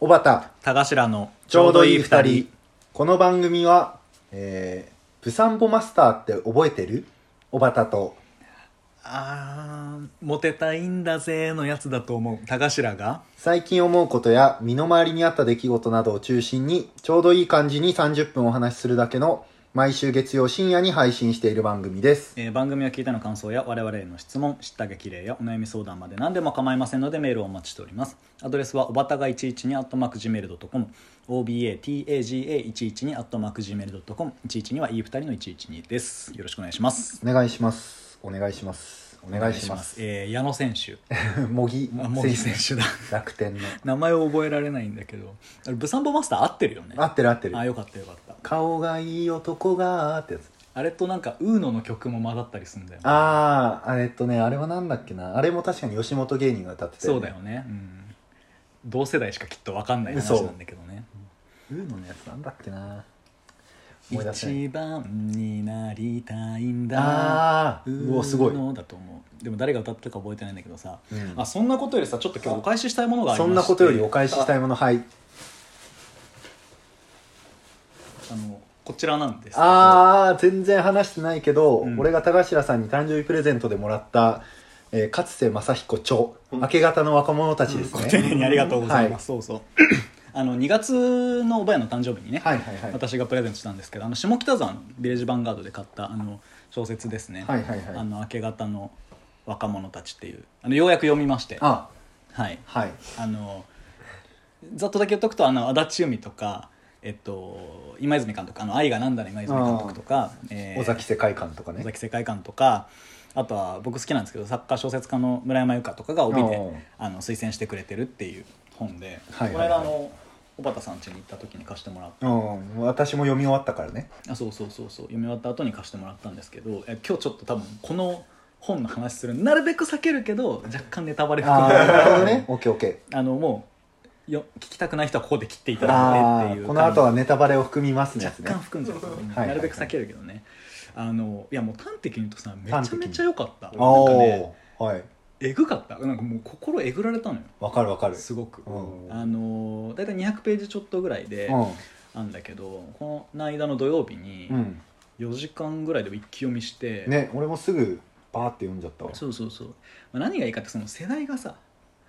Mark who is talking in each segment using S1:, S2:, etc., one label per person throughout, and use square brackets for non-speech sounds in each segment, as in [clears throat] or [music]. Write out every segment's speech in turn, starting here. S1: 小畑
S2: 田頭の
S1: ちょうどいい二人この番組は、えー、ブサンボマスターって覚えてる小畑と
S2: あーモテたいんだぜのやつだと思う田頭が
S1: 最近思うことや身の回りにあった出来事などを中心にちょうどいい感じに30分お話しするだけの毎週月曜深夜に配信している番組です
S2: えー番組を聞いての感想や我々への質問知った激励やお悩み相談まで何でも構いませんのでメールをお待ちしておりますアドレスはおばたが112 at macgmail.com obatagaga112 at macgmail.com 112はいい二人の112ですよろしくお願いします
S1: お願いしますお願いしますお願いします
S2: えー矢野選手
S1: 茂木
S2: あ茂木
S1: 選
S2: 選
S1: 手
S2: 手だ
S1: 楽天の
S2: 名前を覚えられないんだけどあれブサンボマスター合ってるよね
S1: 合ってる合ってる
S2: あよかったよかった
S1: 顔がいい男がーってやつ
S2: あれとなんかウーノの曲も混ざったりするんだよね
S1: ああえっとねあれはなんだっけなあれも確かに吉本芸人が歌ってて
S2: そうだよね、うん、同世代しかきっと分かんない話なんだけどね
S1: ウーノのやつなんだっけな思い出せない
S2: 一番になりたいんだ
S1: ああうおすごい、
S2: のだと思うでも誰が歌ってたか覚えてないんだけどさ、
S1: うん
S2: あそんなことよりさちょっと今日お返ししたいものがあり
S1: そ
S2: まして
S1: んなことよりお返しした
S2: い
S1: いものはい
S2: あのこちらなんですけど
S1: ああ全然話してないけど、
S2: うん
S1: 俺が高頭さんに誕生日プレゼントでもらった、えー、勝瀬正彦著、
S2: うん
S1: 明け方の若者たちです
S2: ご
S1: ね、
S2: [laughs] 丁寧にありがとうございます、そうそう [clears throat] あの2月のおばやの誕生日にね、
S1: はい、はいはいはい
S2: 私がプレゼントしたんですけどあの下北沢のビレッジヴァンガードで買ったあの小説ですね、
S1: はいはいはい
S2: あの明け方の若者たちっていうあのようやく読みまして
S1: あ
S2: はい
S1: はい
S2: あのざっとだけ言っとくとあの足立由美とかえっと今泉監督あの愛がなんだの今泉監督とか、えー
S1: 尾崎世界観とか
S2: 尾
S1: ね
S2: 崎世界観とかあとは僕好きなんですけど作家小説家の村山由佳とかが帯で
S1: おう
S2: あの推薦してくれてるっていう本で、
S1: はい
S2: こ
S1: はい
S2: の間
S1: はい
S2: あの小畑さん家に行った時に貸してもらっ
S1: うん私も読み終わったから
S2: [laughs]
S1: ね
S2: あそうそうそうそう読み終わった後に貸してもらったんですけどえ今日ちょっと多分この本の話するなるべく避けるけど若干ネタバレ含
S1: ああ
S2: む
S1: ーなるほどねオッケーオッケ
S2: あのもうよ聞きたくない人はここで切っていた
S1: ー
S2: だい
S1: あ
S2: てってい
S1: ー
S2: う
S1: この後は
S2: ね
S1: ネタバレを含みますねやつ
S2: 若
S1: ね
S2: 干含んじゃうからね
S1: はいはい
S2: なるべく避けるけどねあのいやもう端的に言うとさめちゃ
S1: 端的に
S2: めちゃ良かったなんか
S1: お
S2: ね
S1: おーはい
S2: えぐかったなんかもう心えぐられたのよ
S1: わかるわかる
S2: すごく
S1: うん
S2: あの大体200ページちょっとぐらいで
S1: う
S2: なんだけどこの間の土曜日に
S1: ん、うん、
S2: 4時間ぐらいで一気読みして
S1: ね俺もすぐバーって読んじゃったわ
S2: そうそうそう、まあ、何がいいかってその世代がさ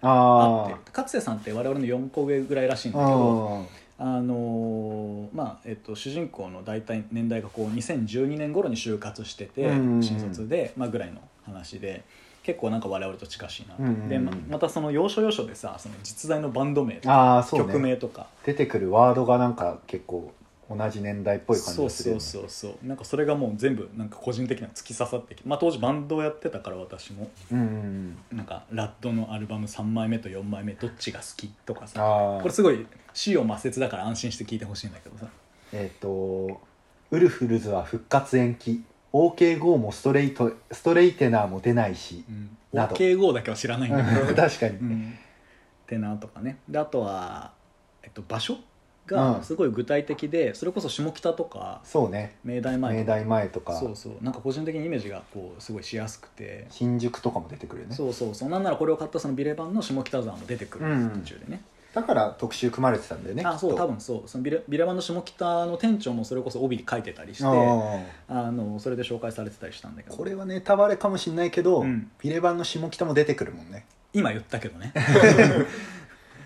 S2: あっ
S1: あ
S2: て勝瀬さんって我々の4個上ぐらいらしいん
S1: ー
S2: だけど
S1: あー
S2: あのーまあえっと、主人公の大体年代がこう2012年頃に就活してて
S1: うんうんうん
S2: 新卒で、まあ、ぐらいの話で結構なんか我々と近しいなと、
S1: うんうんうん
S2: でままたその要所要所でさその実在のバンド名とか、
S1: あーそうね
S2: 曲名とか
S1: 出てくるワードがなんか結構同じ年代っぽい感じ
S2: そう
S1: がする
S2: そ
S1: よ
S2: う
S1: ね
S2: そうそうなんかそれがもう全部なんか個人的には突き刺さってきて、まあ、当時バンドをやってたから私も
S1: うんうんうん
S2: なんかラッドのアルバム3枚目と4枚目どっちが好きとかさ
S1: ああ
S2: これすごい仕様抹殺だから安心して聞いてほしいんだけどさ
S1: えっ、と「ウルフルズは復活延期」「OKGO もストレートストレイテナーも出ないし
S2: 「うん、
S1: など
S2: OK5」だけは知ら」な
S1: う
S2: いんだけ
S1: ん [laughs]
S2: ど
S1: 確かに、
S2: うんてなとかねであとは、えっと、場所
S1: う
S2: が
S1: ん
S2: すごい具体的で、それこそ下北とか
S1: そうね
S2: 明大前
S1: 明
S2: とか
S1: 大前とか
S2: そうそうなんか個人的にイメージがこうすごいしやすくて、
S1: 新宿とかも出てくるよね
S2: そうそうそうなんならこれを買ったそのビレ版の下北沢も出てくる
S1: うんうん
S2: 途中でね、
S1: だから特集組まれてたんだよね
S2: あそう
S1: きっと
S2: 多分そうそのビレビレ版の下北の店長もそれこそ帯に書いてたりして
S1: ああ
S2: あのそれで紹介されてたりしたんだけど
S1: これはネタバレかもしれないけど、
S2: うん
S1: ビレ版の下北も出てくるもんね
S2: 今言った
S1: [laughs]
S2: けどね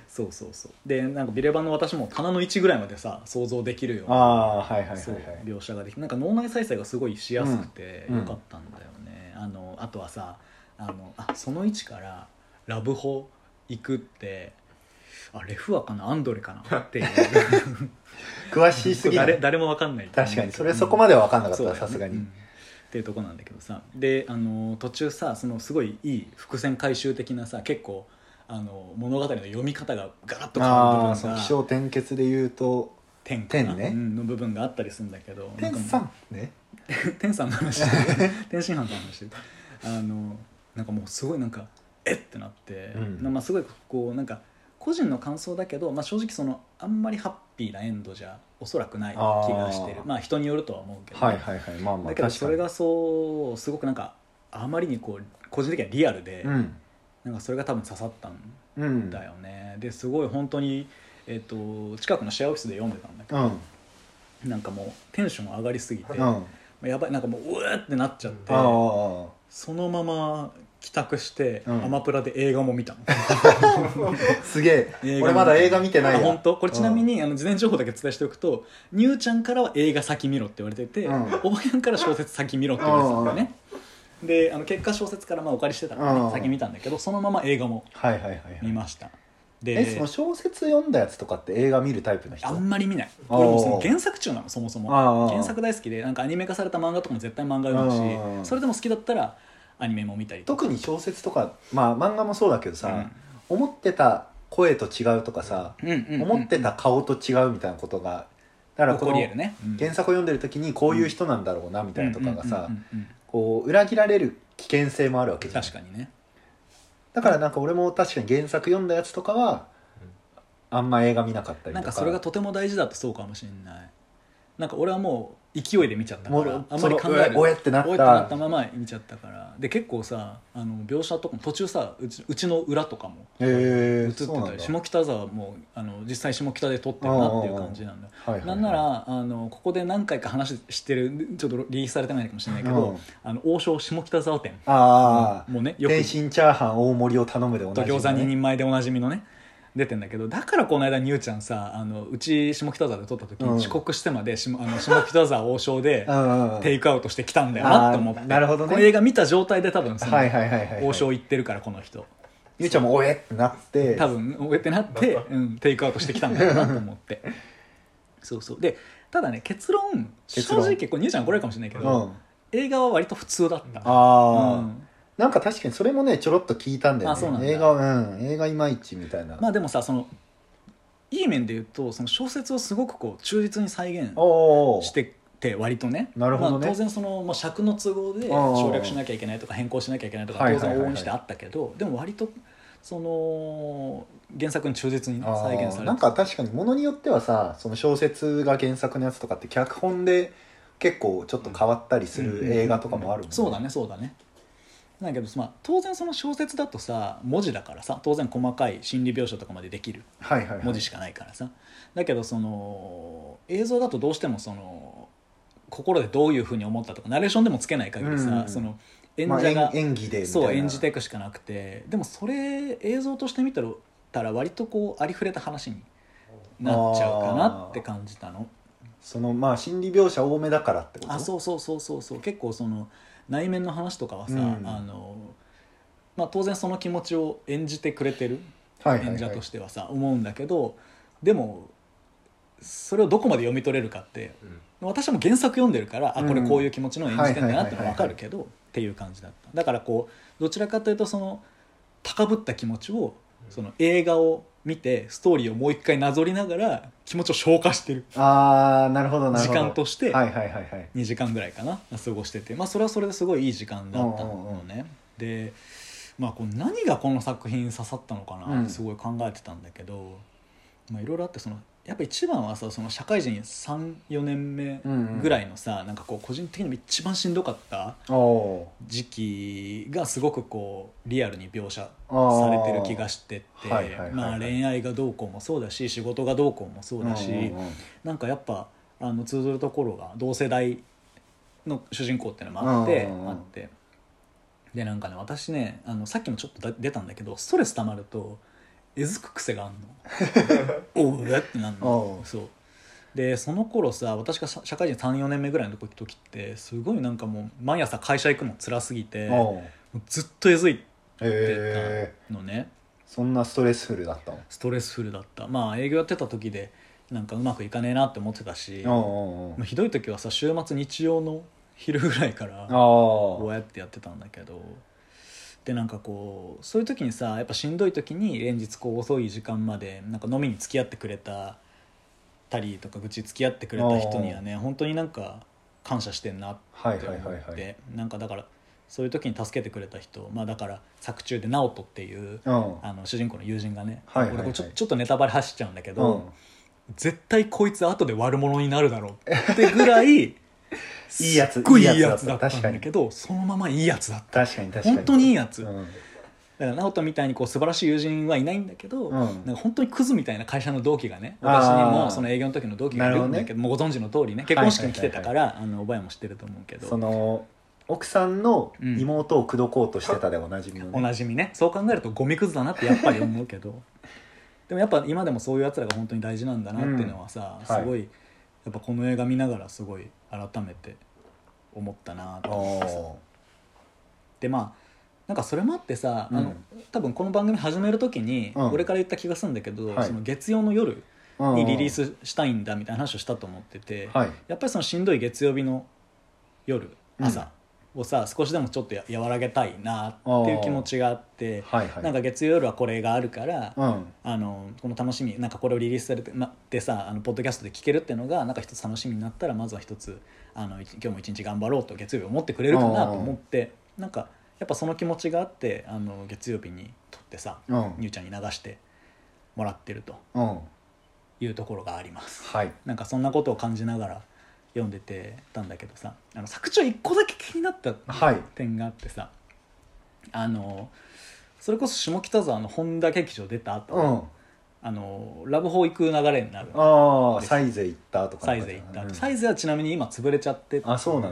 S2: そうそうそうでなんかビレバンの私も棚の位置ぐらいまでさ想像できるような
S1: ああーはいはい
S2: そ
S1: は
S2: う
S1: いはい
S2: 描写ができなんか脳内再生がすごいしやすくて
S1: うん
S2: よかったんだよね、あのあとはさあのあその位置からラブホ行くってあレフアかなアンドレか
S1: [laughs]
S2: なっていう
S1: 詳しすぎな
S2: 誰
S1: い
S2: 誰も分かんない
S1: 確かにそれそこまでは分かんなかった
S2: そうだ
S1: わ
S2: よね
S1: さすがに、
S2: うんっていうとこなんだけどさであの途中さそのすごいいい伏線回収的なさ結構あの物語の読み方がガラッと変
S1: あ
S2: わ
S1: あ
S2: る部
S1: そ
S2: 分
S1: の
S2: が
S1: 気象転結で言うと
S2: 天かな
S1: 天ね
S2: うんの部分があったりするんだけど
S1: 天
S2: なんか
S1: さ
S2: も
S1: んね
S2: う [laughs] 天さん
S1: [laughs]
S2: の話してる天津飯の話してるあのなんかもうすごいなんかえってなって、
S1: うん
S2: なまあ、すごいこうなんか個人の感想だけど、まあ、正直そのあんまりハッピーなエンドじゃおそらくない気がしてる
S1: あー
S2: まあ人によるとは思うけど、
S1: はいはいはいまあまあ
S2: だけど
S1: 確か
S2: そ
S1: に
S2: れがそうすごくなんかあまりにこう個人的にはリアルで、
S1: うん
S2: なんかそれが多分刺さったん
S1: うん
S2: だよね、ですごい本当にえっと近くのシェアオフィスで読んでたんだけ
S1: うん
S2: どなんかもうテンション上がりすぎて、
S1: うんあ
S2: やばいなんかもううわってなっちゃって、
S1: あ
S2: そのまま帰宅して、
S1: うん
S2: アマプラで映画も見たの
S1: すげ
S2: 映画
S1: え
S2: も
S1: 俺まだ映画見てない
S2: あ
S1: や
S2: 本当これちなみに、あの事前情報だけ伝えしておくとニューちゃんからは映画先見ろって言われてて、
S1: うん
S2: おばやんから小説先見ろって言われてたんだよね、であの結果小説からまあお借りしてたから、ね
S1: うん
S2: 先見たんだけどそのまま映画も
S1: はいはいはいはい
S2: 見ました
S1: えその
S2: で
S1: 小説読んだやつとかって映画見るタイプの人
S2: あんまり見ない
S1: あー
S2: 俺もその原作中なのそもそも
S1: ああ
S2: 原作大好きでなんかアニメ化された漫画とかも絶対漫画読む
S1: うん
S2: しそれでも好きだったらアニメも見たりとか
S1: 特に小説とかまあ漫画もそうだけどさ、思ってた声と違うとかさ、
S2: うんうんうんうん
S1: 思ってた顔と違うみたいなことがだから
S2: 起
S1: こ
S2: こ
S1: の
S2: りえるねうん
S1: 原作を読んでる時にこういう人なんだろうなみたいなとかがさ
S2: うんうんうんうん
S1: こう裏切られる危険性もあるわけじゃん
S2: 確かにね
S1: だからなんか俺も確かに原作読んだやつとかはあんま映画見なかったりとか
S2: なんかそれがとても大事だとそうかもしれないなんか俺はもう勢いで見ちゃったか
S1: も
S2: ら
S1: う
S2: あんまり考え
S1: そのおやってなった
S2: おやってなったまま見ちゃったからで結構さあの描写とかも途中さうちうちの裏とかも
S1: へ
S2: 映
S1: え
S2: って
S1: そうな
S2: た
S1: ん
S2: り
S1: だ
S2: 下北沢もあの実際下北で撮ってるなっていう感じなんだよ
S1: はいはいは
S2: ないんならあのここで何回か話してるちょっとリリースされてないかもしれないけ
S1: う
S2: ど
S1: ん
S2: あの王将下北沢店
S1: ああ
S2: もうねよく
S1: 天津チャーハン大盛りを頼むで同じ
S2: と餃子2人前でおなじみのね出てんだけどだからこの間にゅうちゃんさあのうち下北沢で撮った時
S1: うん
S2: に遅刻してまで、しあの下北沢王将
S1: [laughs]
S2: で
S1: うんうん
S2: テイクアウトしてきたんだよなって思っ
S1: あ
S2: て
S1: ーなるほどね
S2: この映画見た状態で多分その、
S1: はいはいはいはい
S2: 王将行ってるからこの人
S1: ゆうちゃんもおえってなって
S2: 多分終えてな
S1: [laughs]
S2: って、うん、テイクアウトしてきたんだろうなと思ってそうそうでただね結論
S1: 結
S2: 正
S1: 論
S2: 直結構にゅうちゃんこれるかもしれないけ
S1: う
S2: ど、
S1: ん
S2: 映画は割と普通だった
S1: ああ、
S2: うん
S1: なんか確かにそれもねちょろっと聞いたんだよ
S2: あそうなんだ
S1: ね映画うん映画いまいちみたいな、
S2: まあでもさそのいい面で言うとその小説をすごくこう忠実に再現
S1: おお
S2: してて割とね
S1: なるほどね
S2: まあ、当然その、まあ、尺の都合で
S1: ああ
S2: 省略しなきゃいけないとか変更しなきゃいけないとか
S1: はいは
S2: 当
S1: いはいはい
S2: 然往々にしてあったけど、でも割とその原作に忠実にね再現されてて
S1: なんか確かにものによってはさその小説が原作のやつとかって脚本で結構ちょっと変わったりす
S2: うんうんうん
S1: る
S2: うん
S1: 映画とかもあるもんね
S2: そうだねそうだねだけど、まあ、当然その小説だとさ文字だからさ当然細かい心理描写とかまでできる
S1: はいはい、はい、
S2: 文字しかないからさだけどその映像だとどうしてもその心でどういうふうに思ったとかナレーションでもつけない限りさ、
S1: うん
S2: その演
S1: まあ
S2: 者が、
S1: 演演技でみたいな
S2: そう演じていくしかなくてでもそれ映像として見たらたら割とこうありふれた話になっちゃうかなって感じたの
S1: そのまあ心理描写多めだからってこと
S2: あそうそうそうそうそう結構その内面の話とかはさ、
S1: うん
S2: あのまあ、当然その気持ちを演じてくれてる
S1: はいはいはい
S2: 演者としてはさ思うんだけどでもそれをどこまで読み取れるかって私も原作読んでるからあこれこういう気持ちの演じてんだなってのは分かるけどっていう感じだっただからこうどちらかというとその高ぶった気持ちをその映画を見てストーリーをもう一回なぞりながら気持ちを消化してる
S1: ああなるほどなる
S2: 時
S1: ほど
S2: 間として
S1: はいはいはいはい
S2: 2時間ぐらいかな過ごしてて、まあ、それはそれですごいいい時間だったのね、で、まあ、こう何がこの作品に刺さったのか
S1: う
S2: なっ
S1: ん
S2: てすごい考えてたんだけどまあいろいろあってそのやっぱ一番はさその社会人34年目ぐらいのさ、なんかこう個人的にも一番しんどかった
S1: おお
S2: 時期がすごくこうリアルに描写
S1: ー
S2: されてる気がしてて
S1: はいはいはいはい
S2: まあ恋愛がどうこうもそうだし仕事がどうこうもそうだし。
S1: うんうんうん
S2: なんかやっぱあの通ずるところが同世代の主人公っていうのもあって、
S1: うんうんうん
S2: あってでなんかね私ねあのさっきもちょっとだ出たんだけどストレスたまるとえずく癖があん
S1: [laughs]
S2: のおうえってなる
S1: お
S2: の
S1: う
S2: そうでその頃さ私が社社会人34年目ぐらいの時ってすごいなんかもう毎朝会社行くの辛すぎても
S1: おう
S2: うずっとえずい
S1: へえ
S2: のね
S1: そんなストレスフルだったの
S2: ストレスフルだったまあ営業やってた時でなんかうまくいかねえなって思ってたし
S1: おうおう
S2: まあひどい時はさ週末日曜の昼ぐらいから
S1: お
S2: こ
S1: う
S2: う
S1: あ
S2: やってやってたんだけどでなんかこうそういう時にさやっぱしんどい時に連日こう遅い時間までなんか飲みに付き合ってくれたたりとか愚痴付き合ってくれた人にはね本当になんか感謝してんなっ
S1: あはい
S2: て
S1: は
S2: 思っ
S1: い
S2: て、
S1: はいはい
S2: なんかだからそういう時に助けてくれた人まあだから作中で直人っていう
S1: うん
S2: あの主人公の友人がね、
S1: はいはいはい
S2: 俺これちょちょっとネタバレ走っちゃうんだけ
S1: う
S2: ど、
S1: ん
S2: 絶対こいつ後で悪者になるだろうってぐ
S1: [laughs]
S2: らいい
S1: いやつ
S2: すっごいい
S1: い
S2: い
S1: い
S2: や
S1: や
S2: つ
S1: つ
S2: だ
S1: だ
S2: っ
S1: ったた
S2: んだけどそのままいいやつだった
S1: 確かに確かに
S2: 本当にいいやつ、
S1: うん
S2: から直人みたいにこう素晴らしい友人はいないんだけど、
S1: うん
S2: なんか本当にクズみたいな会社の同期がね私に
S1: あー
S2: もその営業の時の同期がいるんだけどもうご存知の通りね結婚式に来てたから、あのおばやも知ってると思うけど
S1: その奥さんの妹を口説こうとしてたでおなじみのね、
S2: おなじみねそう考えるとゴミくずだなってやっぱり思う
S1: [laughs]
S2: けどでもやっぱ今でもそういうやつらが本当に大事なんだなっていうのはさ、
S1: ん
S2: すご、
S1: はい
S2: やっぱこの映画見ながらすごい改めて思ったなと思ってさ
S1: お
S2: でまあなんかそれもあってさ、あ
S1: う
S2: の
S1: ん
S2: 多分この番組始める時に、
S1: うん
S2: 俺から言った気がするんだけど、
S1: はい
S2: その月曜の夜
S1: ー
S2: にリリー、スしたいんだみたいな話をしたと思ってて、
S1: うんはい、
S2: やっぱりそのしんどい月曜日の夜
S1: うん
S2: 朝をさ、少しでもちょっとや和らげたいなっていう気持ちがあって。
S1: はいはい
S2: なんか月曜夜はこれがあるから、
S1: うん
S2: あのこの楽しみなんかこれをリリースされて、ま、でさあのポッドキャストで聞けるっていうのがなんか一つ楽しみになったらまずは一つあのい今日も一日頑張ろうと月曜日思ってくれるかなと思ってなんかやっぱその気持ちがあってあの月曜日に撮ってさ
S1: うん
S2: ゆうちゃんに流してもらってると
S1: うん
S2: いうところがあります
S1: はい
S2: なんかそんなことを感じながら読んでてたんだけどさあの作中一個だけ気になった
S1: はい
S2: 点があってさあのそれこそ下北沢の本田劇場出た後、
S1: うん
S2: あのラブホ行く流れになる
S1: ああ
S2: です
S1: サイゼ行ったとか
S2: サイゼ行った、
S1: うん
S2: サイゼはちなみに今潰れちゃってて
S1: あそうなんだ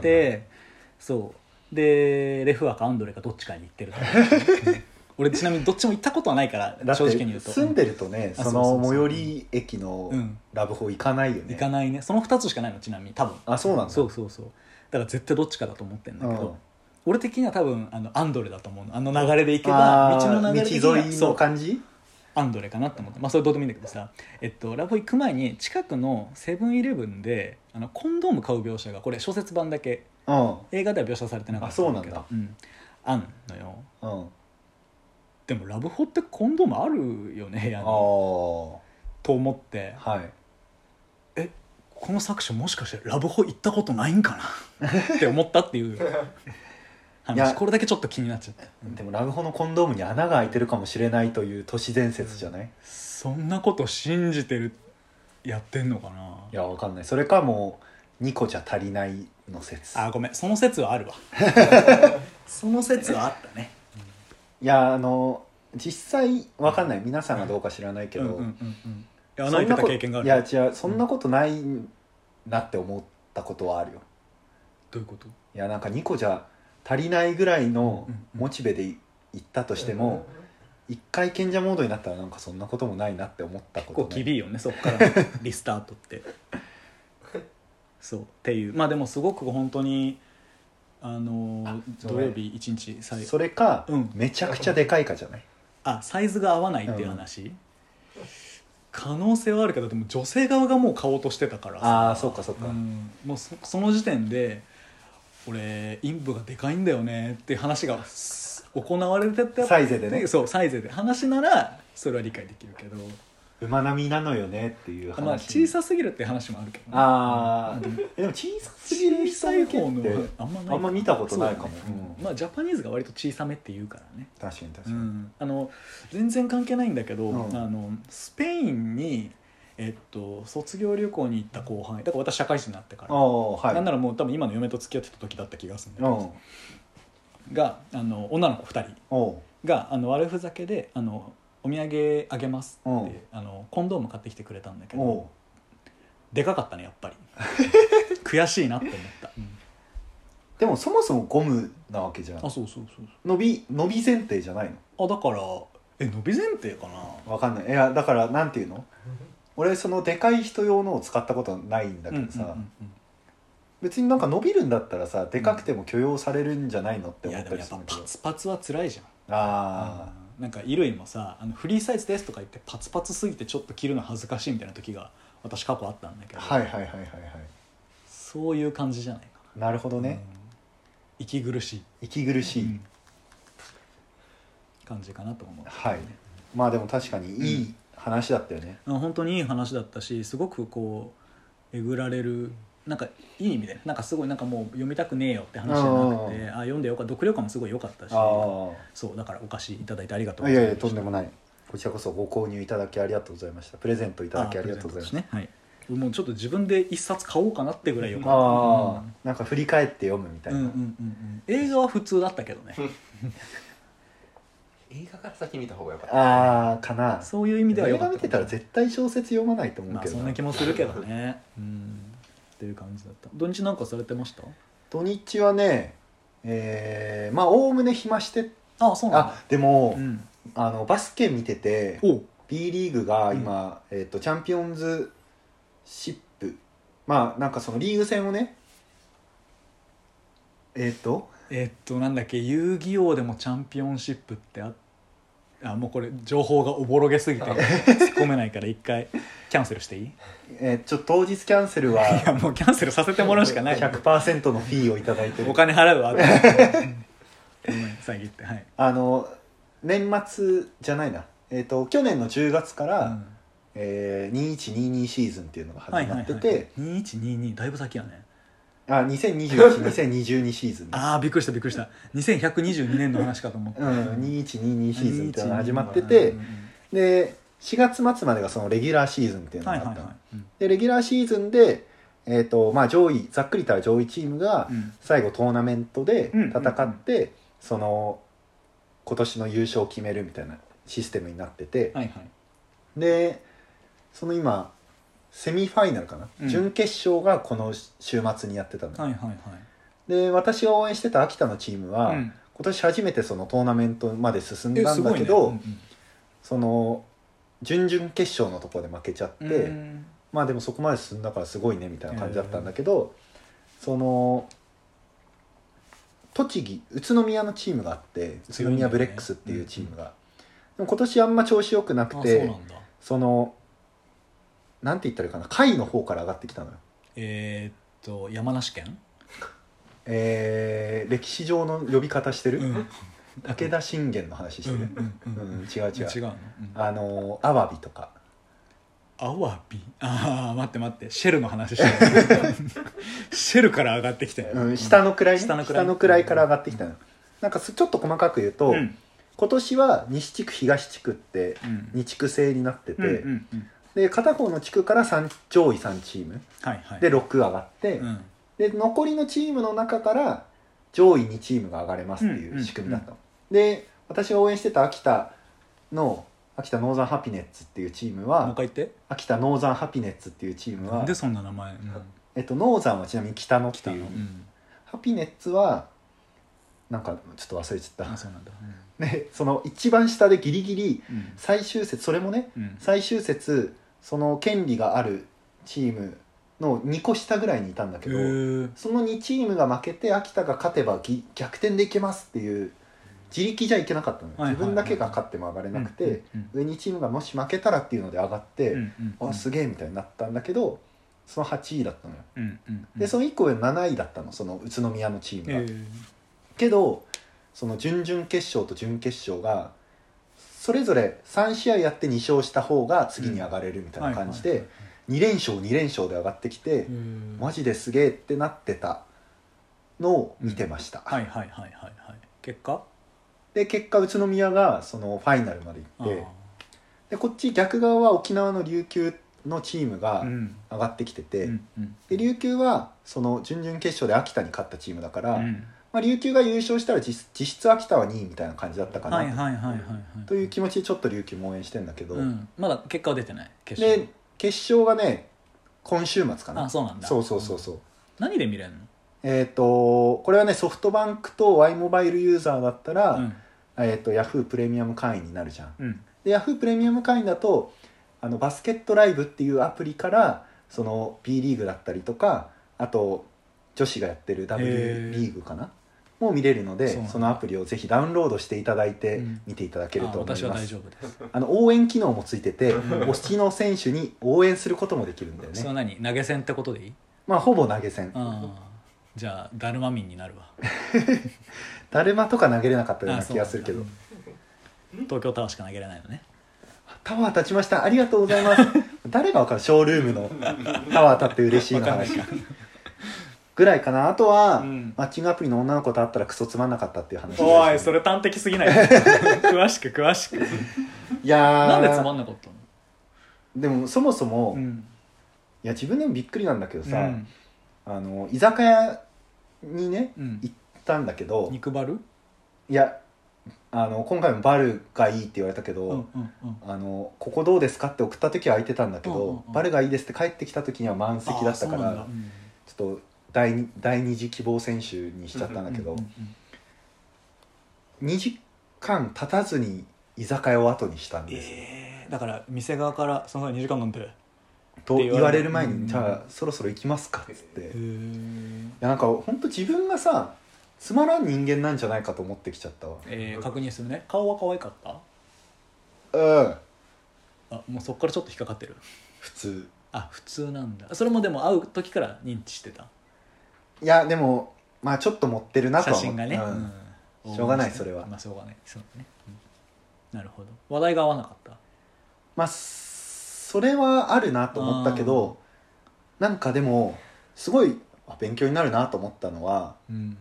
S2: そうでレフアかアンドレかどっちかに行っ
S1: [laughs]
S2: てるとうん俺ちなみにどっちも行ったことはないから
S1: だって
S2: 正直に言うと
S1: 住んでるとね
S2: あ
S1: そ
S2: そうそう
S1: の
S2: そう
S1: 最寄り駅の
S2: うん
S1: ラブホ行かないよ
S2: 行
S1: ね
S2: かないねその2つしかないのちなみに多分
S1: あそうなんだ
S2: そうそうそうだから絶対どっちかだと思ってんだけど、
S1: うん
S2: 俺的には多分あのアンドレだと思うのあの流れで行けば
S1: あ
S2: 道
S1: ー
S2: の流れ的に
S1: 道
S2: は
S1: 沿い
S2: そ
S1: の
S2: う
S1: 感じ
S2: アンドレかなって思ってまあそれどうでもいいんだけどさ、えっと、ラブホ行く前に近くのセブンイレブンであのコンドーム買う描写がこれ小説版だけ
S1: うん
S2: 映画では描写されてなかっただけど
S1: あ
S2: うんあんのよ
S1: うん
S2: でもラブホってコンドームあるよね部屋
S1: あ
S2: に
S1: あ
S2: と思って
S1: はい
S2: この作者もしかしてラブホ行ったことないんかな [laughs] って思ったっていう
S1: いや [laughs]
S2: 話これだけちょっと気になっちゃったうん
S1: でもラブホのコンドームに穴が開いてるかもしれないという都市伝説じゃない、
S2: そんなこと信じてるやってんのかない
S1: やわかんないそれかもう2個じゃ足りないの説
S2: あごめんその説はある [laughs] わその説はあったね
S1: いやあの実際わかんない皆さんがどうか知らないけど、
S2: うんうんうんうんいや
S1: そん
S2: 穴開いて
S1: な
S2: た
S1: こと
S2: 経験がある
S1: いや違うそんなことないなって思ったことはあるよ
S2: どういうこと
S1: いやなんか2個じゃ足りないぐらいの
S2: うんうん
S1: モチベでい行ったとしても、一回賢者モードになったらなんかそんなこともないなって思ったこ
S2: 結構
S1: と
S2: き
S1: ね
S2: びいよねそっ [laughs] からのリスタートってそうっていうまあでもすごく本当にあの
S1: あそう
S2: 土曜日一日最
S1: それか、
S2: うん
S1: めちゃくちゃでかいかじゃない
S2: あサイズが合わないっていう話、可能性はあるけどでも女性側がもう買おうとしてたから
S1: ああーそうかそうか、
S2: うん、もうそその時点で俺陰部がでかいんだよねっていう話がす行われてた
S1: サイゼでね
S2: そうサイゼで話ならそれは理解できるけど、
S1: 馬並みなのよねっていう話、
S2: まあ、小さすぎるって話もあるけどね、
S1: あーえでも小さすぎる
S2: 小
S1: 人
S2: さ
S1: 向
S2: い
S1: けっ
S2: 方の
S1: て
S2: あんまない
S1: あんま見たことないかも、
S2: そうだね
S1: うん
S2: まあジャパニーズが割と小さめって言うからね、
S1: 確かに確か
S2: う
S1: に、
S2: ん、あの全然関係ないんだけど、
S1: うん
S2: あのスペインに、えっと、卒業旅行に行った後輩だから私社会人になってか
S1: あ
S2: ら、
S1: あはい
S2: なんならもう多分今の嫁と付き合ってた時だった気がするんだけ
S1: う
S2: ど
S1: ん
S2: があの女の子2人
S1: おう
S2: があの悪ふざけであのお土産あげます
S1: う
S2: っ
S1: ん
S2: てあのコンドーム買ってきてくれたんだけ
S1: お
S2: ど
S1: う
S2: でかかったねやっ
S1: [laughs]
S2: ぱり悔しいなって思った、
S1: でもそもそもゴムなわけじゃん
S2: あそうそうそう
S1: 伸び伸び前提じゃない
S2: あだからえ伸び前提かな
S1: のわかんないいやだからなんていうの俺そのでかい人用のを使ったことないんだけどさ、
S2: うんうんうん
S1: 別になんか伸びるんだったらさでかくても許容されるんじゃないのって
S2: い
S1: 思
S2: や
S1: った
S2: で
S1: り
S2: もやっ
S1: する
S2: ぱ
S1: んだけ
S2: パ
S1: ど
S2: ツパツは辛いじゃん
S1: あ
S2: うんなんか衣類もさあのフリーサイズですとか言ってパツパツすぎてちょっと着るの恥ずかしいみたいな時が私過去あったんだけ
S1: あ
S2: ど、
S1: はいはいはいはいは
S2: そういう感じじゃないか
S1: いなるほど
S2: な、
S1: ね、
S2: うん息苦しい
S1: 息苦しい、
S2: うん感じかなと思う、
S1: はいまあでも確かにいい話だったよね、
S2: あ本当にいい話だったしすごくこうえぐられるなんかいい意味でなんかすごいなんかもう読みたくねえよって話じゃなくてあ読んでよかった読了感もすごい良かったし
S1: あ
S2: そうだからお貸しいただいてありがとう
S1: あ
S2: ご
S1: い
S2: ざ
S1: や
S2: い
S1: いや
S2: ました
S1: とんでもないこちらこそご購入いただきありがとうございましたプレゼントいただきありがとうございました
S2: あプレゼントですねはいもうちょっと自分で一冊買おうかなってぐらいよかった
S1: ああ、なんか振り返って読むみた
S2: う
S1: い
S2: ん
S1: な、
S2: うんうんうんうん映画は普通だったけどね
S3: 映画から先見た方がよかった
S1: ああかな
S2: そういう意味では
S1: 映
S2: よか
S1: 画
S2: った
S1: 見てたら絶対小説読まないと思う
S2: まあ
S1: けど
S2: そ
S1: な、
S2: んな気もするけどねうんっていう感じだった土日なんかされてました
S1: 土日はねえー、まあおおむね暇して
S2: あそうなんだ
S1: あでも、
S2: うん
S1: あのバスケ見てて
S2: お
S1: B リーグが今、えっとチャンピオンズシップまあなんかそのリーグ戦をねえっ、と
S2: えっとなんだっけ遊戯王でもチャンピオンシップってああもうこれ情報がおぼろげすぎて突っ込めないから一回キャンセルしていいい
S1: えーちょっと当日キャンセルは
S2: やもうキャンセルさせてもらうしかない
S1: 100%のフィーをいただいてる
S2: お金払うわごめん詐欺ってはい、
S1: あの年末じゃないなえっ、と去年の10月から、えー、2122シーズンっていうのが
S2: は
S1: 始
S2: いはい
S1: ま
S2: は
S1: っ
S2: い
S1: てて、
S2: 2122だいぶ先やね
S1: あ20212022シーズンね
S2: [laughs] ああびっくりしたびっくりした2122年の話かと思った、
S1: うん、2122シーズンっていうのが始まって
S2: う
S1: て
S2: んうんうん
S1: で4月末までがそのレギュラーシーズンっていうのが
S2: は
S1: あ
S2: い
S1: っ
S2: は
S1: た
S2: い
S1: の、
S2: はい、うん
S1: でレギュラーシーズンで、えーとまあ、上位ざっくり言ったら上位チームが
S2: うん
S1: 最後トーナメントで
S2: うん
S1: 戦って、その今年の優勝を決めるみたいなシステムになってて、
S2: はいはい
S1: でその今セミファイナルかな、
S2: うん
S1: 準決勝がこの週末にやってたの、
S2: はいはいはい
S1: で私が応援してた秋田のチームは、
S2: うん
S1: 今年初めてそのトーナメントまで進ん
S2: え
S1: だん
S2: すご
S1: だ
S2: い
S1: け
S2: ね
S1: ど、
S2: うんうん
S1: その準々決勝のところで負けちゃって、
S2: うん
S1: まあでもそこまで進んだからすごいねみたいな感じだったんだけど、その栃木宇都宮のチームがあって宇都
S2: 強いんだ
S1: 宮
S2: よね
S1: ブレックスっていうチームが、でも今年あんま調子良くな
S2: あ
S1: く
S2: そう
S1: て
S2: なんだ
S1: そのなんて言ったらいいかな下位の方から上がってきたのよ
S2: えーっと山梨県、
S1: えー、歴史上の呼び方してる、
S2: うん、
S1: 武田信玄の話してる、
S2: うん
S1: う
S2: うんんうん
S1: 違う違う
S2: 違うの、うん、
S1: あのアワビとか
S2: アワビああ待って待ってシェルの話し
S1: [laughs]
S2: てるシェルから上がってきたよ、
S1: うん、下の位ね、
S2: 下の位
S1: 下の位から上がってきたの、なんかすちょっと細かく言うと、
S2: うん
S1: 今年は西地区東地区って
S2: うん
S1: 2地区制になってて、
S2: うんうんうん
S1: で片方の地区から三上位3チーム
S2: はいはい
S1: で6上がって、
S2: うん
S1: で残りのチームの中から上位2チームが上がれますっていう仕組みだったの、で私が応援してた秋田の秋田ノーザンハピネッツっていうチーム
S2: もう一
S1: は
S2: 回言って
S1: 秋田ノーザンハピネッツっていうチーム
S2: な
S1: は
S2: んで、そんな名前、うん
S1: えっと、ノーザンはちなみに北野って
S2: 北
S1: い
S2: の
S1: う
S2: うん
S1: ハピネッツはなんかちょっと忘れちゃっ
S2: あ
S1: た
S2: そうなんだ
S1: [laughs] ねその一番下でギリギリ
S2: うん
S1: 最終節それもね
S2: うん
S1: 最終節その権利があるチームの2個下ぐらいにいたんだけど、
S2: へー
S1: その2チームが負けて秋田が勝てばぎ逆転でいけますっていう自力じゃいけなかったのよ、
S2: はいはいはい
S1: 自分だけが勝っても上がれなくて、
S2: うん
S1: 上2チームがもし負けたらっていうので上がって、
S2: うんうん
S1: あすげえみたいになったんだけどその8位だったのよ
S2: うんうんうん
S1: でその1個上の7位だったのその宇都宮のチームが、
S2: へー
S1: けどその準々決勝と準決勝がそれぞれ3試合やって2勝した方が次に上がれるみたいな感じ
S2: はいは
S1: で2連勝2連勝で上がってきて
S2: いうん
S1: マジですげえってなってたのを見てました、
S2: はいはいはいはいはい結果
S1: で結果宇都宮がそのファイナルまで行ってでこっち逆側は沖縄の琉球のチーム
S2: あー
S1: が
S2: うん
S1: 上がってきてて、
S2: うんうん
S1: で琉球はその準々決勝で秋田に勝ったチームだから、
S2: うん
S1: まあ、琉球が優勝したら実実質秋田は2位みたいな感じだったかな
S2: は
S1: と
S2: いはいはいはいはい
S1: という気持ちでちょっと琉球も応援してんだけど、
S2: うん、まだ結果は出てない決勝
S1: で決勝がね今週末かな
S2: あそうなんだ
S1: そうそうそうそう
S2: 何で見れるの、
S1: えっ、とこれはねソフトバンクと Y モバイルユーザーだったら、
S2: うん
S1: えー、と Yahoo プレミアム会員になるじゃん
S2: うん、
S1: で Yahoo プレミアム会員だとあのバスケットライブっていうアプリからその B リーグだったりとかあと女子がやってる W
S2: へー
S1: リーグかなもう見れるの
S2: そう
S1: で
S2: なんだ
S1: そのアプリをぜひダウンロードしていただいて
S2: うん
S1: 見ていただけると思いま
S2: あ私
S1: す、
S2: は大丈夫です、
S1: あの応援機能もついてて推しの選手に応援することもできるんだよ
S2: それ
S1: ね
S2: は何投げ銭ってことでいい
S1: まあほぼ投げ銭
S2: ああじゃあだるま民になる
S1: [laughs]
S2: わ
S1: だるまとか投げれなかったよう
S2: あ
S1: な
S2: そう
S1: 気がするけど
S2: 東京タワーしか投げれないのね
S1: タワー立ちましたありがとうございます
S2: [laughs]
S1: 誰が分かるショールームのタワー立って嬉しい
S2: わ
S1: の
S2: かんない
S1: 話
S2: か
S1: ぐらいかなあとは、
S2: うん
S1: マッチングアプリの女の子と会ったらクソつまんなかったっていう話です
S2: おいそれ端的す
S1: [laughs]
S2: ぎない詳しく詳しく
S1: いやー
S2: なんでつまんなかったの
S1: でもそもそも、い
S2: ん
S1: や自分でもびっくりなんだけどさ、
S2: うん
S1: あの居酒屋にね
S2: うん
S1: 行ったんだけど
S2: 肉バル
S1: いやあの今回もバルがいいって言われたけど、
S2: うんうんうん
S1: あのここどうですかって送った時は空いてたんだけど、
S2: うんうんうん
S1: バルがいいですって帰ってきた時には満席だったか
S2: あーそうな
S1: ら
S2: んだ
S1: ちょっと第二第二次希望選手にしちゃったんだけど、
S2: うんうんうん
S1: 2時間経たずに居酒屋を後にしたんですよ、
S2: えーだから店側からその2時間なんてへ
S1: と
S2: って言われる
S1: 言われる前に、
S2: うん
S1: じゃあそろそろ行きますかっつって、
S2: え
S1: いやなんかほんと自分がさつまらん人間なんじゃないかと思ってきちゃったわ
S2: えー確認するね顔は可愛かった
S1: うん
S2: あもうそこからちょっと引っかかってる
S1: 普通
S2: あ普通なんだそれもでも会う時から認知してた
S1: いやでもまあちょっと持ってるなと
S2: 写
S1: は思
S2: 真
S1: っ
S2: が
S1: て
S2: ね、
S1: うん
S2: うん
S1: しょうがないそれは
S2: まあしょうがないそうね、うんなるほど話題が合わなかった
S1: まあそれはあるなと思ったけどなんかでもすごいあ勉強になるなと思ったのは
S2: うん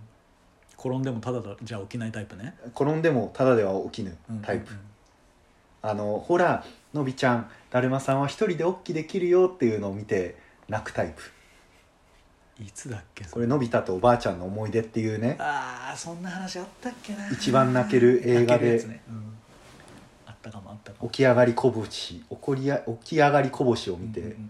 S2: 転んでもただじゃ起きないタイプね、
S1: 転んでもただでは起きぬ
S2: うん
S1: タイプ、
S2: うん
S1: あのほらのびちゃんだるまさんは一人でおっきできるよっていうのを見て泣くタイプ
S2: うんいつだっけ
S1: これのび太とおばあちゃんの思い出っていうね
S2: ああそんな話あったっけな
S1: 一番泣ける映画で
S2: 泣けるやつねうんあったかもあったか
S1: 起
S2: も
S1: き上がりこぼし起こりや起き上がりこぼしを見
S2: うんうんう
S1: て
S2: んうん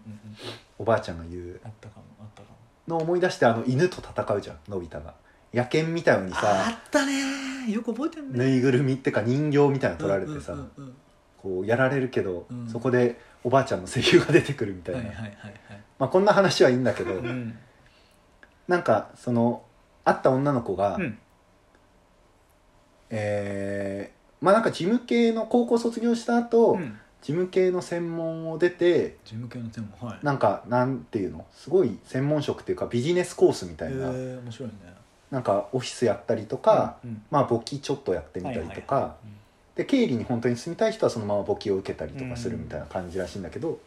S1: おばあちゃんが言う
S2: あったかもあったかも
S1: のを思い出してあの犬と戦うじゃんのび太が野犬みたいに
S2: あ
S1: さ
S2: あったねよく覚えてるね
S1: ぬいぐるみってか人形みたいなの取られてさ、
S2: うんうんうん
S1: こうやられるけど、
S2: うん
S1: そこでおばあちゃんの声優が出てくるみた
S2: う
S1: い
S2: ん
S1: な、
S2: はいはいはいはい
S1: まあ、こんな話はいいんだけど、
S2: うん
S1: なんかその会った女の子が、
S2: うん
S1: えーまあなんか事務系の高校卒業した後、
S2: うん
S1: 事務系の専門を出て
S2: 事務系のテーマはい
S1: なんかなんていうのすごい専門職っていうかビジネスコースみたいな、
S2: えー面白いね
S1: なんかオフィスやったりとか、
S2: うんうん
S1: まあ簿記ちょっとやってみたりとか、
S2: はいはいはい
S1: で経理に本当に住みたい人はそのまま簿記を受けたりとかするみたいな感じらしいんだけど、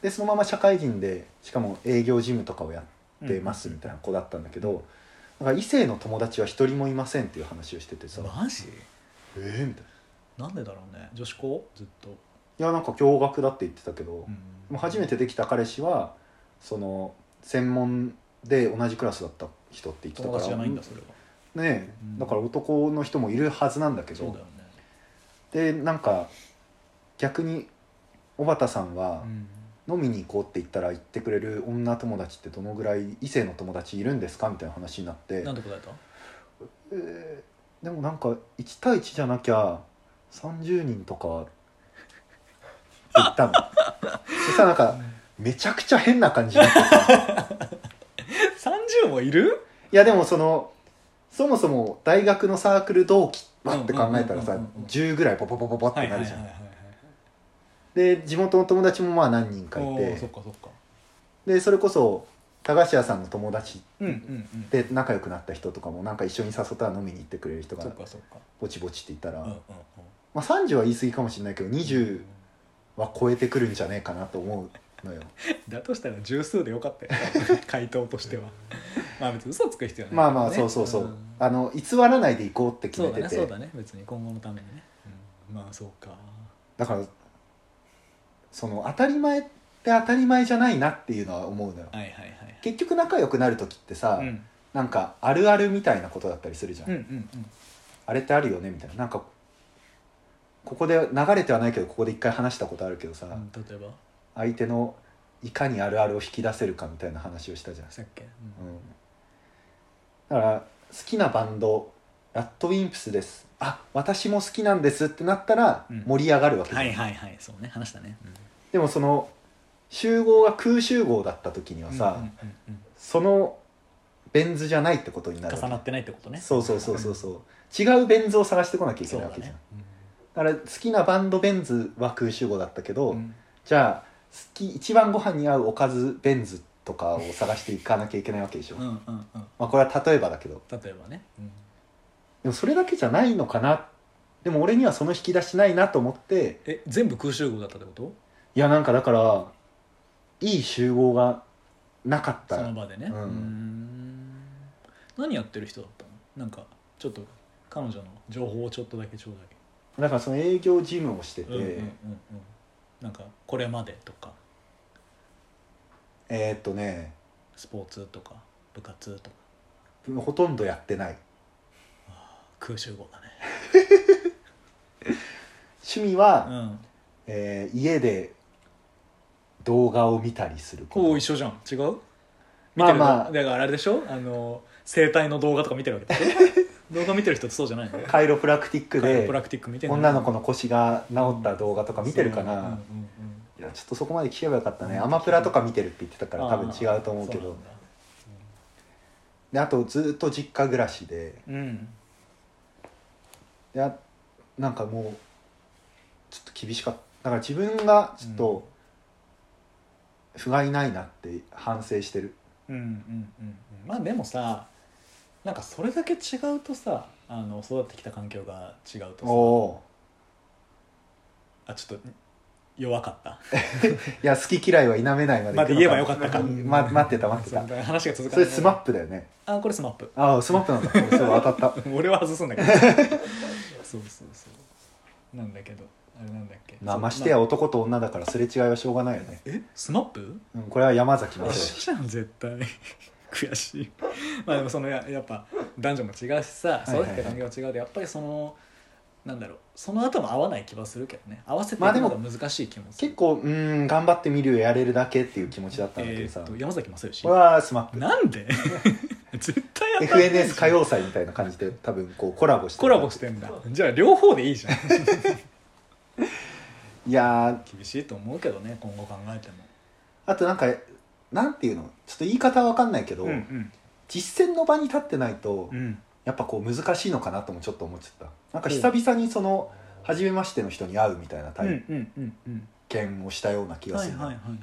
S1: でそのまま社会人でしかも営業事務とかをやってますみたいな子だったんだけど、なんか異性の友達は一人もいませんっていう話をしててさ、
S2: マジ
S1: えーみたい
S2: なんでだろうね女子校ずっと、
S1: ないやなんか驚愕だって言ってたけど、
S2: うん
S1: もう初めてできた彼氏はその専門で同じクラスだった人って言ってた
S2: 友
S1: か
S2: 達じゃ
S1: ら
S2: ないんだ
S1: ね
S2: それは
S1: え
S2: うん
S1: だから男の人もいるはずなんだけ
S2: そう
S1: ど
S2: だよね
S1: でなんか逆に小畑さんは
S2: うん
S1: 飲みに行こうって言ったら行ってくれる女友達ってどのぐらい異性の友達いるんですかみたいな話になって
S2: なんて答えた [laughs]
S1: えーでもなんか1対1じゃなきゃ30人とかって言った
S2: [laughs]
S1: のそしたらなんかめちゃくちゃ変な感じになってさ
S2: [laughs] 30もいる
S1: いやでもそのそもそも大学のサークル同期わって考えたら
S2: う
S1: さ
S2: んうんうんうんうん
S1: 10ぐらいポポポポポってなるじゃん、
S2: はいはいはい
S1: で地元の友達もまあ何人か
S2: は
S1: い
S2: いおーそってかそっか
S1: でそれこそ駄菓子屋さんの友達
S2: うんうんうん
S1: で仲良くなった人とかもなんか一緒に誘ったら飲みに行ってくれる人
S2: そっ
S1: が
S2: かそっか
S1: ぼちぼちって言ったら、
S2: うんうんうん
S1: まあ、30は言い過ぎかもしれないけど20は超えてくるんじゃねえかなと思うのよ
S2: だとしたら十数でよかった [laughs] よ回答としてはまあ別に嘘つく必要な
S1: [laughs]
S2: い
S1: まあまあそうそうそう、
S2: ん
S1: あの偽らないで行こうって決め
S2: そうだ
S1: て
S2: ね
S1: て
S2: そう
S1: だ
S2: だね別に今後のためにねうんまあそうか
S1: からその当たり前って当たり前じゃないなっていうのは思うのよ
S2: はいはいはい
S1: 結局仲良くなる時ってさ、
S2: うん
S1: なんかあるあるみたいなことだったりするじゃん、
S2: うんうんうん
S1: あれってあるよねみたいななんかここで流れてはないけどここで一回話したことあるけどさ、
S2: うん例えば
S1: 相手のいかにあるあるを引き出せるかみたいな話をしたじゃん、
S2: さっき
S1: うん、だから好きなバンドラットウィンプスですあ私も好きなんですってなったら
S2: うん
S1: 盛り上がるわけじゃん
S2: はいはいはいそうね話したね
S1: でもその集合が空集合だった時には
S2: うん
S1: さ、
S2: うんうんうん
S1: そのベン図じゃないってことになるわけ
S2: 重なってないってことね
S1: そうそうそうそうそう違うベン図を探してこなきゃいけ
S2: そう
S1: ない
S2: だ
S1: わけじゃん
S2: ね
S1: だから好きなバンドベンズは空集合だったけど、
S2: うん
S1: じゃあ好き一番ご飯に合うおかずベンズとかを探していかなきゃいけないわけでしょ、
S2: うんうんうん
S1: まあこれは例えばだけど
S2: 例えばねうん
S1: でもそれだけじゃないのかなでも俺にはその引き出しないなと思って
S2: え全部空集合だったってこと
S1: いやなんかだからいい集合がなかった
S2: その場でね
S1: うん
S2: うーん何やってる人だったのなんかちょっと彼女の情報をちょっとだけちょうだい
S1: だからその営業事務をしてて、
S2: うんうんうんうんなんかこれまでとか
S1: えーっとね
S2: スポーツとか部活とか
S1: ほとんどやってない
S2: 空集合だね
S1: 趣味は、
S2: うん、
S1: えー家で動画を見たりする
S2: こう一緒じゃん違う見
S1: ま
S2: て
S1: あ
S2: る
S1: まあ
S2: だからあれでしょあの生体の動画とか見てるわけでし
S1: [laughs]
S2: ょ動画見てる人ってそうじゃないの
S1: カイロプラクティック
S2: カイロ
S1: で
S2: プラクティック見てる
S1: 女の子の腰が治った動画とか見てるかな、
S2: うんうん
S1: いやちょっとそこまで聞けばよかったねアマプラとか見てるって言ってたか
S2: うん
S1: ら多分違うと思うけ
S2: あーそ
S1: ど
S2: なんだ
S1: であとずっと実家暮らしで
S2: うん
S1: いやなんかもうちょっと厳しかっただから自分がちょっと不甲斐ないなって反省してる
S2: うんうんうんうんまあでもさなんかそれだけ違うとさあの育ってきた環境が違う
S1: お
S2: と
S1: ー
S2: さあちょっと弱かった
S1: いや好き嫌いは否めないまで
S2: まで言えばよかったか、
S1: ま、待ってた待ってた
S2: そう話が続か
S1: そ
S2: な
S1: れ
S2: い
S1: スマップだよね
S2: あこれスマップ [laughs]
S1: ああスマップなんだそう当たった
S2: 俺は外す
S1: [laughs]
S2: んだけどそうそうそうなんだけどあれなんだっけ
S1: まあましてや男と女だからすれ違いはしょうがないよね、
S2: えスマップ
S1: うん、これは山崎ま
S2: 一
S1: さ
S2: 緒じゃん絶対 [laughs] 悔しいまあでもそのややっぱ男女も違うしさ
S1: はいはい
S2: 育てた環境が違うでやっぱりそのなんだろうその後も合わない気はするけどね合わせてい
S1: まあ
S2: く
S1: で
S2: の
S1: も
S2: が難しい気もする、
S1: 結構うーん頑張ってみるよやれるだけっていう気持ちだったんだけ
S2: え
S1: どさ、
S2: ーっと山崎正義
S1: これはスマップ
S2: なんで [laughs] 絶対や
S1: FNS 歌謡祭みたいな感じで多分こうコラボして
S2: コラボしてんだじゃあ両方でいい
S1: [laughs]
S2: じゃん
S1: いや
S2: 厳しいと思うけどね今後考えても
S1: ーあとなんかなんていうのちょっと言い方わかんないけど、
S2: うん
S1: 実践の場に立ってないと、
S2: うん
S1: やっぱこう難しいのかなともちょっと思っちゃったなんか久々にその初めましての人に会うみたいな
S2: うんう
S1: 体
S2: んうんうん
S1: 験をしたような気が
S2: はい
S1: す
S2: はい
S1: る、
S2: はいはい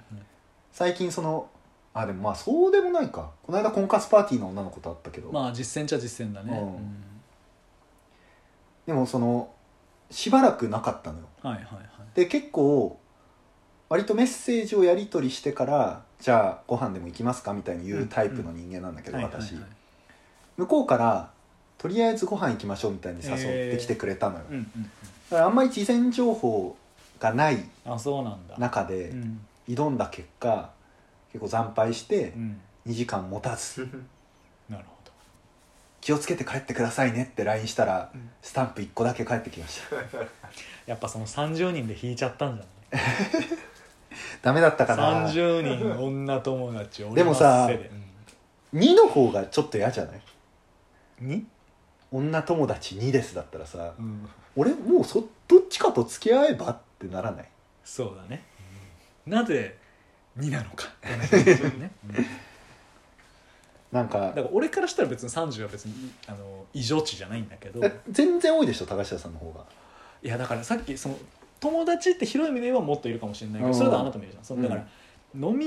S1: 最近そのあでもまあそうでもないかこの間婚活パーティーの女の子と会ったけど、
S2: まあ実践じゃ実践だね、
S1: うん
S2: うん
S1: でもそのしばらくなかったのよ
S2: はいはいはい
S1: で結構割とメッセージをやり取りしてからじゃあご飯でも行きますかみたいに言うタイプの人間なんだけど、
S2: はいはいはい
S1: 私、向こうからとりあえずご飯行きましょうみたいに誘ってきてくれたのよ、
S2: うんうんうん
S1: だからあんまり事前情報がない
S2: あそうなんだ
S1: 中
S2: う
S1: で
S2: ん
S1: 挑んだ結果結構惨敗して
S2: うん
S1: 2時間持たず
S2: なるほど
S1: 気をつけて帰ってくださいねって LINE したら
S2: うん
S1: スタンプ1個だけ返ってきました [laughs]
S2: やっぱその30人で引いちゃったんじゃない
S1: ダメだったかな
S2: 30人女友達俺
S1: でもさ
S2: のせいで
S1: 2の方がちょっと嫌じゃない
S2: うんに
S1: 女友達2ですだったらさ、俺もうそどっちかと付き合えばってならない
S2: そうだねなぜ2なの [laughs] かね
S1: なんか
S2: だから俺からしたら別に30は別にあの異常値じゃないんだけど
S1: え全然多いでしょ高下さんの方が
S2: いやだからさっきその友達って広い意味で言えばもっといるかもしれないけど
S1: うん
S2: それとあなたもいるじゃんそのだから、
S1: う
S2: 飲み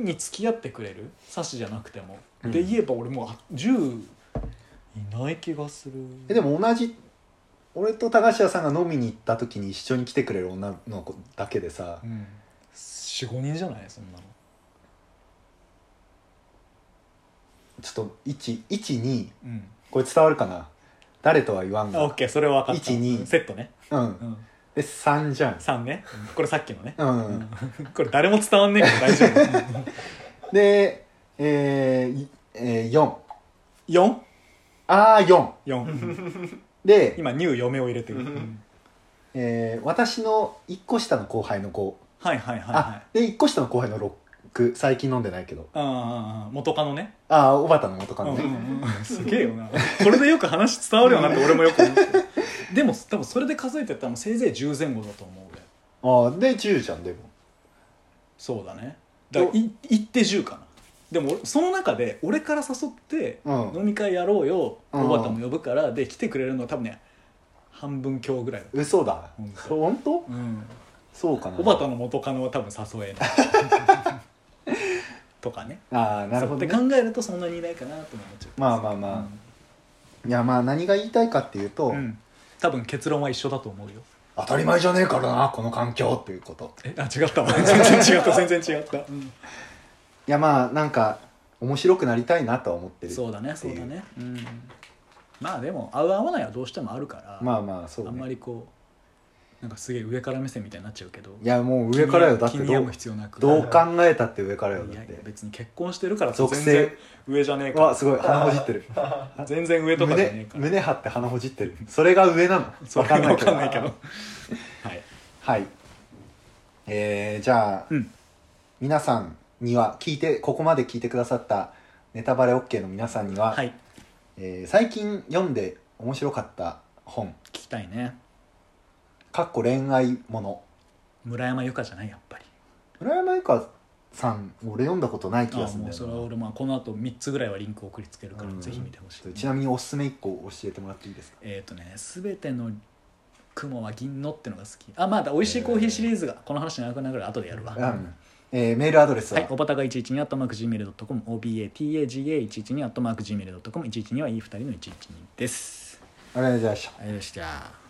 S2: に付き合ってくれるサしじゃなくても、
S1: うん
S2: で言えば俺もうあ10いない気がする
S1: えでも同じ俺と高下さんが飲みに行った時に一緒に来てくれる女の子だけでさ
S2: うん、45人じゃないそんなの
S1: ちょっと112
S2: うん
S1: これ伝わるかな誰とは言わん
S2: あオ
S1: が
S2: ッケーそれは分かった
S1: 12
S2: うんセットね、
S1: うん
S2: うん、
S1: で3じゃん
S2: 3ねうんこれさっきのね、
S1: うん、
S2: うんこれ誰も伝わんねえから大丈夫
S1: でえーいえー、4
S2: 4?4
S1: あー4で、
S2: 今「ニュー嫁」を入れてる、
S3: うん
S2: うん
S1: えー私の1個下の後輩の子
S2: はいはいはいは
S1: あ
S2: い
S1: で1個下の後輩の6最近飲んでないけど
S2: うんうんうん元カノね
S1: ああ小畑の元カ
S2: う
S1: ノ
S2: ん
S1: ね、
S2: うんうんすげえよなこれでよく話伝わるよなって俺もよく思ってでも多分それで数えてったらもうせいぜい10前後だと思う俺
S1: ああで10じゃんでも
S2: そうだねだからい行って10かなでも俺その中で俺から誘って
S1: うん
S2: 飲み会やろうよ
S1: うん
S2: おばたも呼ぶからで来てくれるのは多分ね半分強ぐらいだ
S1: 嘘だ
S2: 本当
S1: 本当
S2: うん
S1: そうかな
S2: おばたの元カノは多分誘
S1: [laughs]
S2: えないとかね
S1: ああなるほど、ね、
S2: そうって考えるとそんなにいないかなとも思っちゃう
S1: まあまあまいやまあ何が言いたいかっていうと、
S2: うんうん多分結論は一緒だと思うよ
S1: 当たり前じゃねえからなこの環境っていうこと
S2: えあ違
S1: [laughs]
S2: ったわ全然違った全然違った、
S1: いやまあなんか面白くなりたいなとは思ってる
S2: そうだね
S1: って
S2: そう
S1: いう
S2: だね、うん、まあでも合う合わないはどうしてもあるから、
S1: まあまあそう、ね、
S2: あんまりこなんかすげえ上から目線みたいになっちゃうけど
S1: いやもう上からよだって
S2: 気に病
S1: どう
S2: む必要なく
S1: どう考えたって上からよ
S2: い
S1: だ
S2: や
S1: っ
S2: いや
S1: て
S2: 別に結婚してるから
S1: 属性
S2: 全然上じゃねえ
S1: わ
S2: か
S1: すごい鼻ほじってる
S2: ら全然上とかじゃねえ
S1: 胸
S2: から
S1: 胸張って鼻ほじってるそれが上なの
S2: それ
S1: わかんない
S2: わ
S1: け
S2: か
S1: ど
S2: んないけどはい
S1: はいえー、じゃあ、
S2: うん
S1: 皆さんには聞いてここまで聞いてくださったネタバレ OK の皆さんには、
S2: はい
S1: えー最近読んで面白かった本
S2: 聞きたいね
S1: かっこ恋愛もの
S2: 村山由佳じゃないやっぱり
S1: 村山由佳さん俺読んだことない気が
S2: あ
S1: するん
S2: も
S1: だよ
S2: うそ
S1: な
S2: れは俺まあこの後3つぐらいはリンクを送りつけるから
S1: うん
S2: ぜひ見てほしい、
S1: ちなみにおすすめ1個教えてもらっていいですか
S2: えっ、とね「すべての雲は銀の」ってのが好きあまあだ美味しいコーヒーシリーズがこの話長くなるから後でやるわ、
S1: うんえーメールアドレスは、
S2: はい、おばたが112にアットマーク Gmail.com、OBATAGA112 にアットマーク Gmail.com、112はいい2人の112です。
S1: ありがとうございました
S2: ありがとうございました。